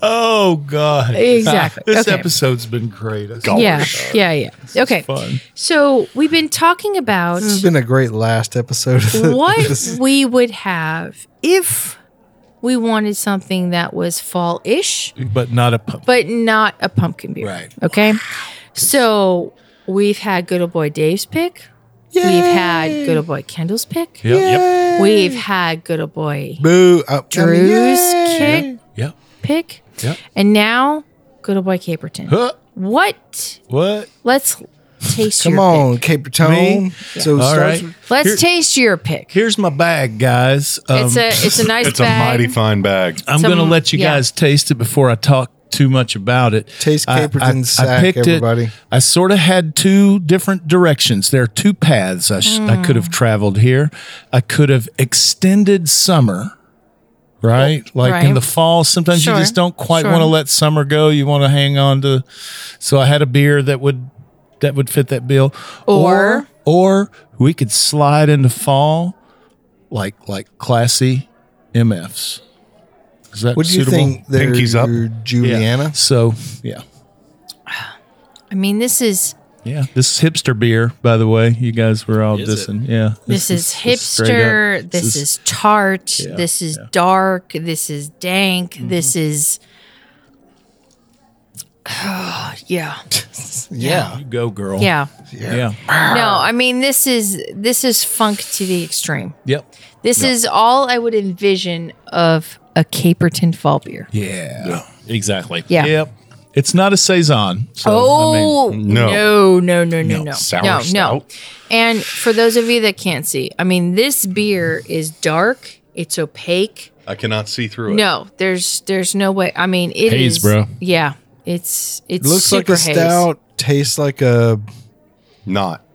Oh God.
Exactly.
This
Okay.
episode's been great. It's
Yeah, yeah, yeah. Okay.
fun.
So we've been talking about
This has been a great last episode. Of the,
what
this-
we would have if we wanted something that was fall ish,
But not a pump.
but not a pumpkin beer.
Right.
Okay. So we've had good old boy Dave's pick. We've had good old boy Kendall's pick.
Yep. Yep.
We've had good old boy
Boo! Uh,
Drew's kick
Yep.
pick.
Yep.
And now good old boy Caperton.
Huh.
What?
What?
Let's taste
Come
your
on,
pick.
Cape Breton.
Me?
So it
All
starts
right.
with-
Let's
Here-
taste your pick.
Here's my bag, guys. Um,
it's a it's a nice
It's a
bag. Uh,
mighty fine bag.
I'm
Some-
going to let you
yeah.
guys taste it before I talk too much about it.
Taste
I- I-
Caperton's sack, everybody.
It, I sort of had two different directions. There are two paths I, sh- I could have traveled here. I could have extended summer right? Like in
Right.
the fall, sometimes
Sure,
you just don't quite
sure.
want to let summer go. You want to hang on to. So I had a beer that would that would fit that bill,
Or-
or, or we could slide into fall, like like classy MFs. Is that
What do you
suitable?
think? There,
Pinkies up.
Juliana.
So yeah,
I mean, this is
yeah. This is hipster beer, by the way. You guys were all
Is it?
dissing. Yeah,
this, is,
just straight up.
hipster. This, is, tart.
Yeah,
this is dark. This is dank. This is. yeah.
Yeah.
you go girl.
Yeah.
yeah.
No, I mean this is this is funk to the extreme.
Yep.
This is all I would envision of a Caperton fall beer.
Yeah.
Exactly.
Yeah.
Yep. It's not a saison. So, I
Oh
no.
no, no, no, no,
No.
no,
Sour
no, no.
stout.
And for those of you that can't see, I mean, this beer is dark. It's opaque.
I cannot see through it.
No, there's there's no way. I mean, it is.
Haze, bro.
Yeah, it's it's
Looks
super
like a
haze.
stout. Tastes like a
Not.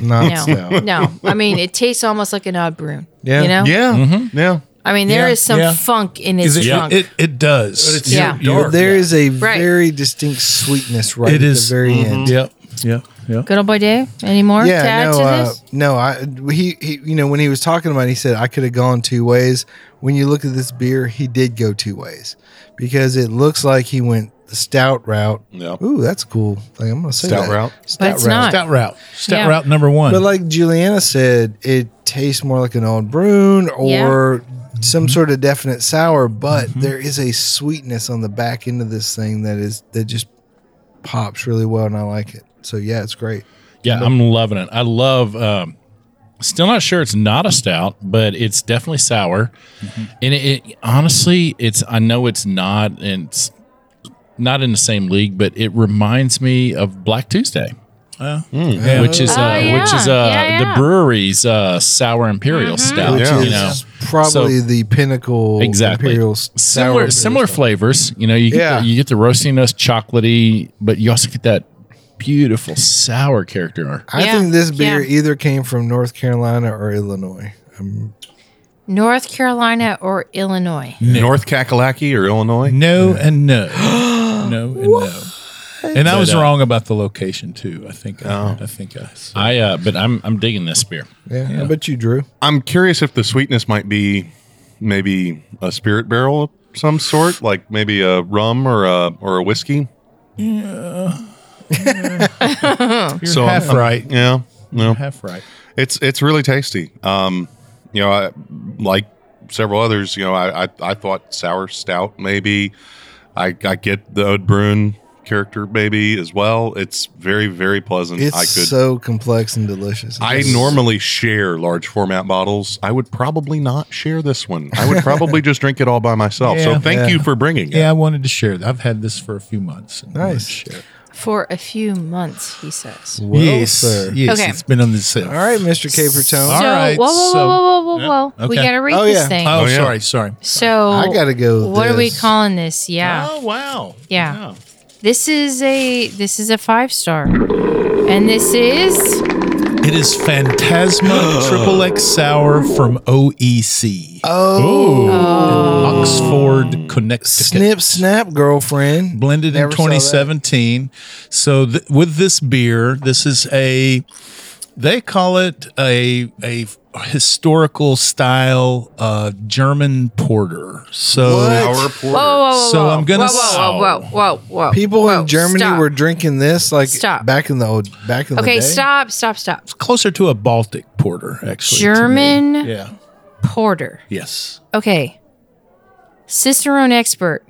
not
No,
stout.
no. I mean, it tastes almost like an odd brune.
Yeah.
You know.
Yeah.
Mm-hmm.
Yeah.
I mean, there is
Yeah,
some
yeah.
funk in
Oh,
mean,
its
is it,
trunk.
it, it does. But
it's Yeah.
There is a
Right.
very distinct sweetness right
It
at
is. Mm-hmm.
the very end.
Yep. Yep. Yep.
Good old boy Dave. Any more to
Yeah,
add
no,
to
uh,
this?
no. I he, he you know when he was talking about, it, he said I could have gone two ways. When you look at this beer, he did go two ways because it looks like he went the stout route.
Yeah.
Ooh, that's cool. Like I'm gonna say
Stout
that.
route.
Stout
it's
route.
not.
Stout route. Stout
Yeah.
route number one.
But like Juliana said, it tastes more like an old brune or some
Mm-hmm.
sort of definite sour. But there is a sweetness on the back end of this thing that is that just pops really well, and I like it. So yeah, it's great.
Yeah, I'm loving it. I love. Um, still not sure it's not a stout, but it's definitely sour. And it, it honestly, it's I know it's not and it's not in the same league, but it reminds me of Black Tuesday.
Mm.
Which is uh,
Oh,
which
yeah. Yeah,
is uh,
yeah. Mm-hmm.
the brewery's uh, sour imperial stout.
which
Yeah.
is
You know,
probably the pinnacle
Exactly.
imperial s- sour
similar
beer
similar
stuff.
flavors. You know, you get
Yeah.
the, you get the roastiness, chocolatey, but you also get that beautiful sour character.
I
Yeah,
think this beer
yeah.
either came from North Carolina or Illinois. I'm,
North Carolina or Illinois?
North Kakalaki or Illinois?
no and no. no and no. And I was wrong about the location too. I think. I, I think I.
I uh, but I'm I'm digging this beer.
yeah, I bet you, Drew.
I'm curious if the sweetness might be maybe a spirit barrel of some sort, like maybe a rum or a or a whiskey. Yeah. so
half
I'm-
right.
Yeah. No.
Half right.
It's it's really tasty. Um, you know, I, like several others, you know, I, I I thought sour stout maybe. I I get the Ode Bruin character maybe as well. It's very very pleasant.
It's
I could
so complex and delicious.
I
It's-
normally share large format bottles. I would probably not share this one. I would probably just drink it all by myself.
Yeah.
so thank you for bringing it.
Yeah, I wanted to share. that. I've had this for a few months. and I wanted to
Nice.
share it.
For a few months, he says.
Well,
yes.
sir.
Yes.
Okay.
It's been on the shelf.
All right, Mr. Capertone.
All
so,
right,
whoa, whoa,
so-
whoa, whoa, whoa,
Yeah,
whoa. We
okay.
got to read
Oh,
this
yeah.
thing.
Oh,
Oh, yeah.
sorry. Sorry.
so,
I gotta go with
What are we
this.
calling this? Yeah.
Oh wow.
Yeah. This is a this is a five star. And this is
It is Phantasma Triple X Sour from E OEC.
Oh,
Oxford, Connecticut.
snip, snap, girlfriend.
Blended in
Never saw that.
2017. So th- with this beer, this is a they call it a a historical style uh, German porter. So
whoa,
Our
whoa,
porter.
whoa, whoa.
So I'm gonna
whoa, whoa, whoa, whoa, whoa, whoa.
People
whoa,
in Germany
stop.
were drinking this like
Stop.
back in the old back in the day.
Okay, stop, stop, stop.
closer to a Baltic porter, actually. to me.
German
Yeah.
porter.
Yes.
Okay. Cicerone expert.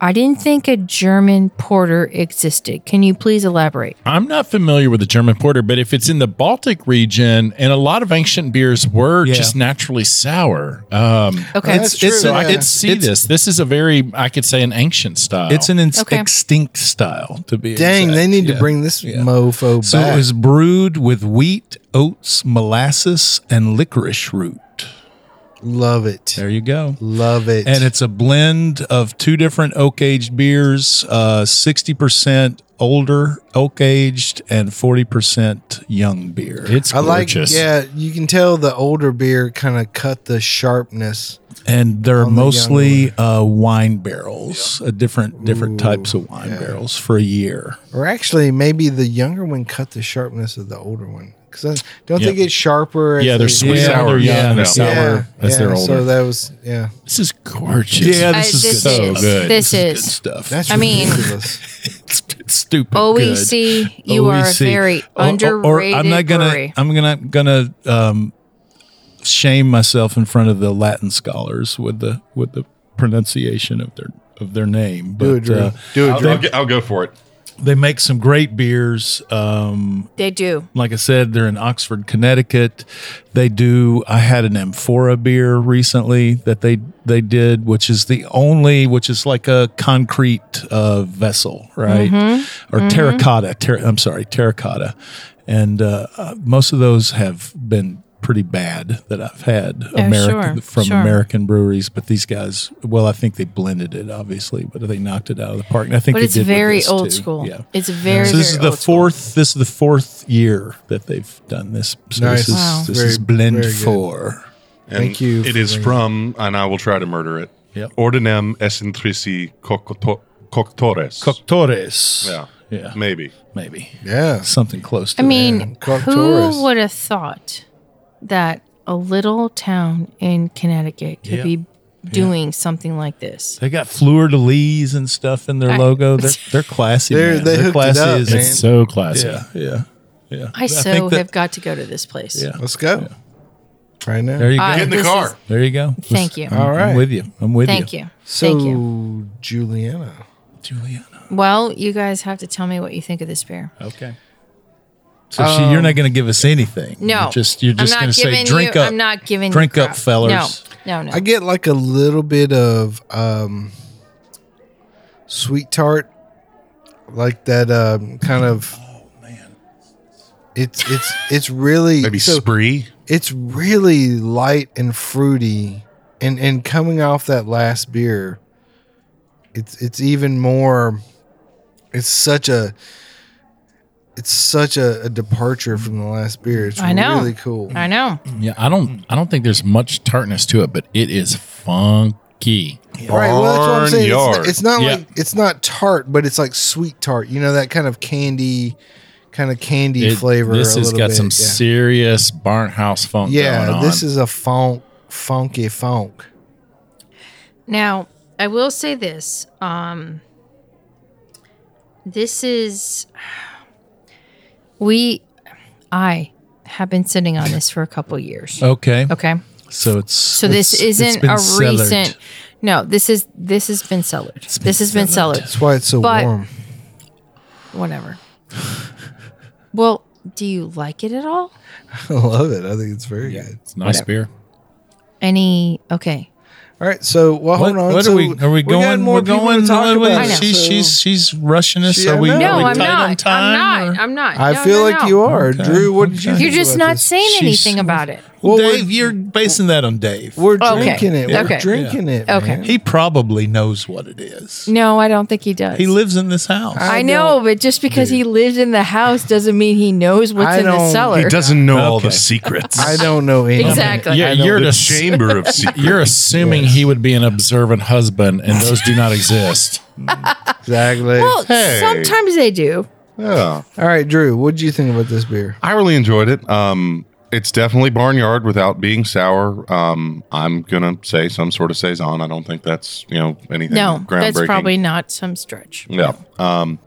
I didn't think a German porter existed. Can you please elaborate?
I'm not familiar with the German porter, but if it's in the Baltic region, and a lot of ancient beers were
Yeah.
just naturally sour. Um,
Okay.
Oh,
It's-
That's true,
so I
yeah.
could see this. This is a very, I could say, an ancient style.
It's an ins-
Okay.
extinct style to be.
Dang,
exact.
they need
Yeah.
to bring this mofo
So
back.
it was brewed with wheat, oats, molasses, and licorice root.
Love it.
There you go.
Love it.
And it's a blend of two different oak aged beers, uh, 60% older oak aged and 40% young beer.
It's
I like.
gorgeous.
Yeah, you can tell the older beer kind of cut the sharpness.
and they're
On the
mostly uh, wine barrels, uh, different different types of wine barrels for a year.
Or actually, maybe the younger one cut the sharpness of the older one. Because don't
Yeah.
they get sharper? as
Yeah, they're
they-
sweet
Yeah,
sour.
they're
Yeah,
young.
they're sour
Yeah,
as
yeah,
they're older.
So that was yeah.
this is gorgeous.
Yeah,
Uh,
this is
this
good
is-
stuff.
this
good
is-
stuff.
That's
I mean-
ridiculous.
it's, it's stupid.
OEC,
good.
E you are a
OEC.
very
E Or-
underrated
Oh, or- or I'm not gonna.
brewery.
I'm gonna gonna um, shame myself in front of the Latin scholars with the with the pronunciation of their of their name. But
Do it, Drew.
uh,
Do it,
I'll,
Drew.
I'll get- I'll go for it.
they make some great beers. Um,
They do.
like I said, they're in Oxford, Connecticut. They do. I had an amphora beer recently that they they did, which is the only, which is like a concrete uh, vessel, right?
Mm-hmm.
Or terracotta. Ter- I'm sorry, terracotta. And uh, uh, most of those have been pretty bad that I've had American
Oh, sure,
from
sure.
American breweries. But these guys, well, I think they blended it, obviously, but they knocked it out of the park. And I think
But
they
it's
did with
very
this,
old
too.
school.
Yeah
It's very,
so
very
this is the
old school.
fourth. This is the fourth year that they've done this. So
Nice.
This is,
Wow.
this
Very-
is blend
very good.
four.
And
Thank you
It
for
is
bringing-
from, and I will try to murder it.
Yep.
Ordinem Escentrici Cocto- Coctores.
Coctores.
yeah.
Yeah.
Maybe.
Maybe
Yeah.
something close. to
I mean,
Clark Torres.
who would have thought that a little town in Connecticut could
Yeah.
be doing something like this?
that. they got fleur de lis and stuff in their
I-
logo. They're they're classy.
They're- they
man. They're
hooked it
classy
up,
as-
man.
It's so classy.
Yeah, yeah, yeah.
I so
think that-
have got to go to this place.
Yeah.
Let's go. Right now.
There you go.
I-
Get in the
this
car.
is-
there you go.
Thank you.
All
right.
I'm with you. I'm with
Thank you.
so
Thank you.
Juliana.
Juliana.
Well, you guys have to tell me what you think of this beer.
Okay. So she,
Um,
you're not going to give us anything.
No,
You're just you're
I'm
just
not
going to say
giving
drink
you-
up.
I'm not giving you
drink up,
crap.
fellers.
No, no, no.
I get like a little bit of um, sweet tart, like that um, kind of. Oh man, it's it's it's really
Maybe
so
Spree.
it's really light and fruity, and and coming off that last beer, it's it's even more. It's such a. It's such a, a departure from the last beer. It's
I know.
really cool.
I know.
Yeah, I don't I don't think there's much tartness to it, but it is funky.
Right. Well, that's what I'm saying. It's
Barnyard.
not, it's not
Yeah.
like it's not tart, but it's like sweet tart. You know that kind of candy, kind of candy
It-
flavor.
This
a
has
little
got
bit.
some
yeah.
serious barnhouse funk. going
yeah
on.
this is a funk, funky funk.
Now, I will say this. Um, this is we, I have been sitting on this for a couple years.
Okay.
Okay,
So it's
so this
it's- it's
isn't
been
a
cellared.
recent. No, this is this has been cellared. This has been cellared.
That's why it's so
But-
warm.
Whatever. well, do you like it at all?
I love it. I think it's very good.
It's a nice beer.
Any? Okay.
All right. So well,
What,
hold on.
what
so
are we? Are we
got
going?
more
we're
people to
going.
talk
uh, wait,
about,
I know.
she's
so-
she's she's rushing us.
Yeah,
are we?
I know.
are
No,
we
I'm
tight on
not. I'm
time,
not.
or-
I'm not.
I
No,
feel
no,
like
no.
you are,
Okay.
Drew. What did you?
Okay.
You're
think
just
about
not
this?
saying
She's-
anything about it.
Well, we're,
Dave, you're basing that on Dave.
we're
Okay.
drinking it. We're
Okay.
drinking it.
Okay.
man.
he probably knows what it is.
No, I don't think he does.
He lives in this house.
I know, but just because he lives in the house doesn't mean he knows what's
I
in the
don't-
cellar.
doesn't know all the
Okay.
secrets.
I don't know anything.
Exactly.
Yeah, you're
the
just-
chamber of secrets.
You're assuming he would be an observant husband, and those do not exist.
Exactly.
Well,
Hey.
sometimes they do.
yeah.
All right, Drew. What did you think about this beer?
I really enjoyed it. Um, it's definitely barnyard without being sour. Um, I'm gonna say some sort of saison. I don't think that's you know anything
No,
groundbreaking.
that's probably not some stretch.
yeah. Um,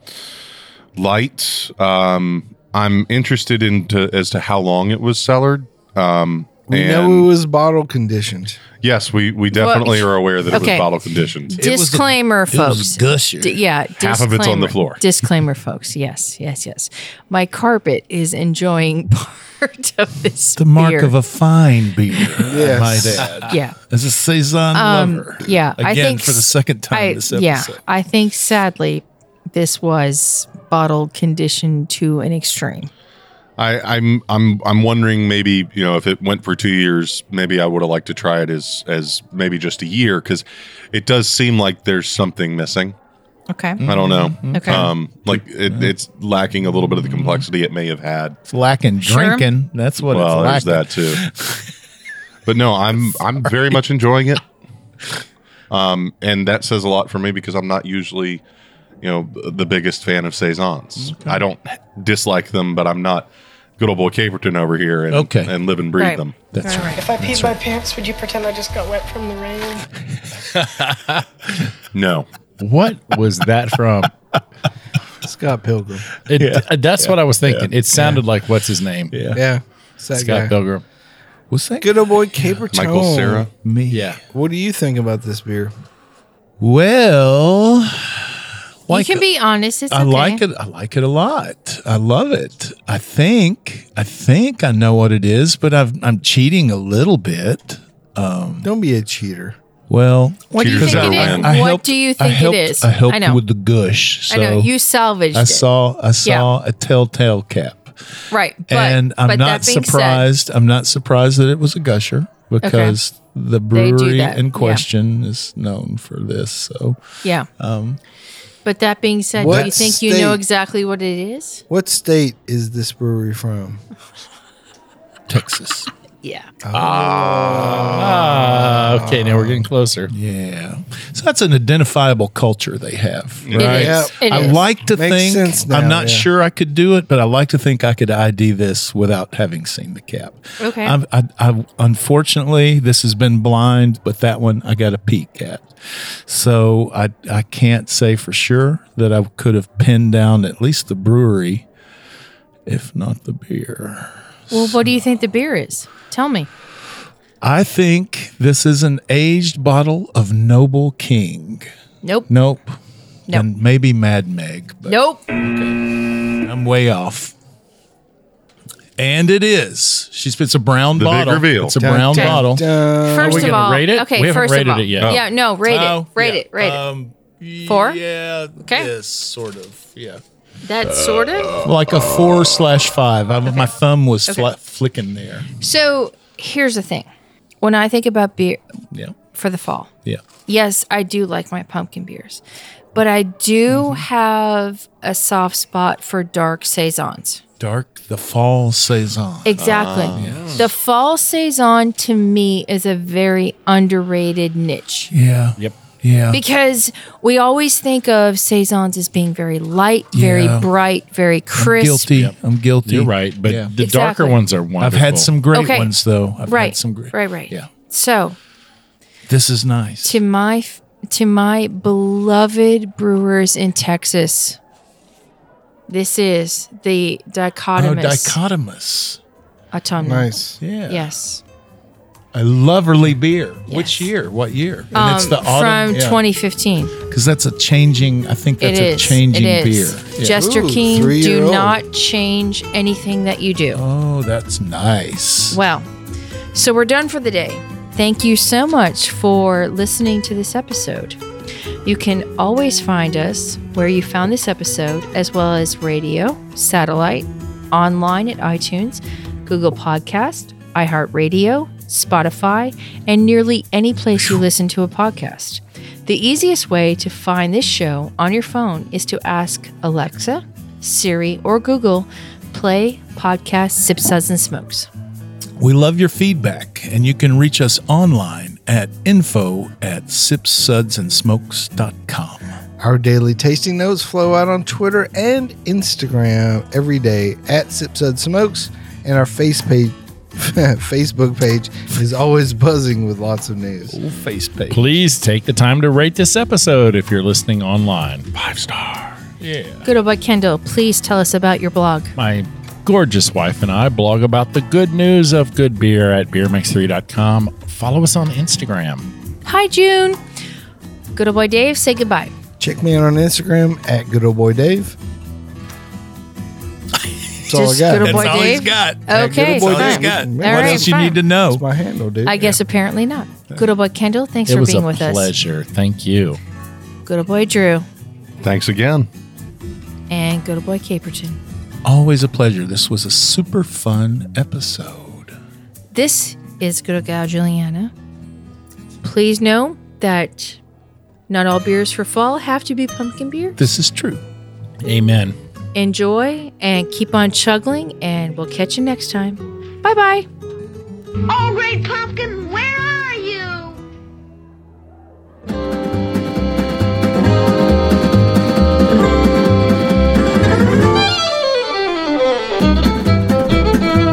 light. Um, I'm interested into as to how long it was cellared. Um,
We
and
know it was bottle conditioned.
yes, we we definitely
Well,
are aware that it
okay.
was bottle conditioned.
was a-
disclaimer,
it was
folks.
gusher.
D- yeah,
Half of it's on the
disclaimer-
floor.
Disclaimer, folks. Yes, yes, yes. My carpet is enjoying part of this.
the mark
beer.
of a fine beer. yes.
Yes.
might add.
yeah.
As a saison lover.
Um, yeah,
Again
I think
for the
s-
second time
I,
this
yeah,
episode.
I think sadly this was bottle conditioned to an extreme.
I, I'm I'm I'm wondering maybe you know if it went for two years, maybe I would have liked to try it as as maybe just a year because it does seem like there's something missing.
Okay.
I don't know.
Mm-hmm.
Okay.
Mm. Um, like it, it's lacking a little bit of the complexity it may have had.
It's lacking
Sure.
drinking. That's what
well,
it's
there's
lacking.
that too. but no, I'm I'm very much enjoying it. Um, and that says a lot for me because I'm not usually, you know, the biggest fan of saisons. I don't dislike them, but I'm not good old boy Caperton over here and
Okay.
and live and breathe
Right.
them.
That's right.
If I peed my pants, would you pretend I just got wet from the rain?
No,
What was that from?
Scott Pilgrim.
It, That's what I was thinking. It sounded like what's his name?
Yeah. It's that
Scott
guy.
Pilgrim.
What's that?
Good old boy Caperton.
Michael Sarah.
Me.
Yeah.
What do you think about this beer?
Well, like
you can be honest. It's
I
okay.
like it. I like it a lot. I love it. I think. I think I know what it is, but I've, I'm cheating a little bit.
Don't be a cheater.
Well,
What do you
Cheers
think
out,
it is?
Ryan.
What
I helped-
do you
I
think
helped-
it is?
I helped
I know.
with the gush. So
I know. You salvaged
I
it.
saw. I saw a telltale cap.
Right. But,
and I'm
but
not
that being
surprised. I'm not surprised that it was a gusher because the
do
brewery
that,
in
yeah.
question is known for this. So
Said, yeah.
um,
but that being said, do
What
you think you know
state-
exactly what it is?
What state is this brewery from?
Texas,
Yeah.
Ah, okay. Now we're getting closer.
yeah. So that's an identifiable culture they have,
It
right?
is. It
I
is.
like to
Makes
think
sense now,
I'm not
yeah.
sure I could do it, but I like to think I could ID this without having seen the cap.
Okay.
I've, I, I unfortunately this has been blind, but that one I got a peek at, so I I can't say for sure that I could have pinned down at least the brewery, if not the beer.
Well, what do you think the beer is? Tell me.
I think this is an aged bottle of Noble King.
Nope.
Nope.
Nope.
And maybe Mad Meg, but
Nope.
I'm way off. And it is. She's it's a brown
The big
bottle.
reveal.
It's a brown
dun,
bottle.
First
we
of
gonna
all,
rate it?
okay.
We haven't
first
rated
of all,
it yet.
Yeah, no, rate
Oh,
it, rate
yeah.
it, rate
Um,
Four?
Yeah.
Okay.
Yes, sort of. Yeah.
it. That sort of.
Like a four slash five. I, My thumb was
Okay.
fla- flicking there.
So here's the thing: when I think about beer
Yeah.
for the fall,
Yeah.
yes, I do like my pumpkin beers, but I do
Mm-hmm.
have a soft spot for dark saisons.
Dark the fall saison.
Exactly.
Ah,
The fall saison to me is a very underrated niche.
yeah.
Yep.
Yeah.
Because we always think of saisons as being very light, very
Yeah.
bright, very crisp.
guilty. I'm guilty.
You're right, but
Yeah.
the darker
Exactly.
ones are wonderful.
I've had some great
Okay.
ones though. I've
Right.
had some great.
Right, right.
Yeah.
So,
This is nice.
to my f- to my beloved brewers in Texas, this is the
Oh,
dichotomous
dichotomous.
autumnal.
Nice.
Yeah.
Yes.
A loverly beer. Which
Yes.
year? What year? And
Um, from 2015.
Because that's a changing. I think
It
that's a
is.
changing
it is.
beer. Yeah.
Jester
Ooh,
King, do
three-year-old.
not change anything that you do.
Oh, that's nice.
Well, so we're done for the day. Thank you so much for listening to this episode. You can always find us where you found this episode, as well as radio, satellite, online at iTunes, Google Podcast, iHeartRadio, Spotify, and nearly any place you listen to a podcast. The easiest way to find this show on your phone is to ask Alexa, Siri, or Google, play podcast Sip Suds and Smokes.
We love your feedback, and you can reach us online at info at sipsudsandsmokes.com.
Our daily tasting notes flow out on Twitter and Instagram every day at Sip Sud Smokes, and our face page, Facebook page is always buzzing with lots of news.
Face page.
Please take the time to rate this episode if you're listening online. Five star.
Good old boy Kendall, please tell us about your blog.
My gorgeous wife and I blog about the good news of good beer at beermix3.com. Follow us on Instagram.
Hi, June. Good old boy Dave, say goodbye.
Check me out on Instagram at Good Old Boy Dave. That's all I
Just
got.
good old boy
That's all
Dave.
he's got.
Okay,
Good old boy
That's
fine.
all he's
Dave.
got.
All
What
right,
else you
fine.
need to know?
That's my handle, dude.
I guess apparently not. Good old boy Kendall, thanks
it
for
was a
being with us.
pleasure. Thank you.
Good old boy Drew
Thanks again.
and good old boy Caperton.
Always a pleasure. This was a super fun episode.
This is Good Gal Juliana. Please know that not all beers for fall have to be pumpkin beer.
This is true.
Amen.
Enjoy and keep on chuggling, and we'll catch you next time. Bye bye.
Oh, Great Pumpkin, where are you?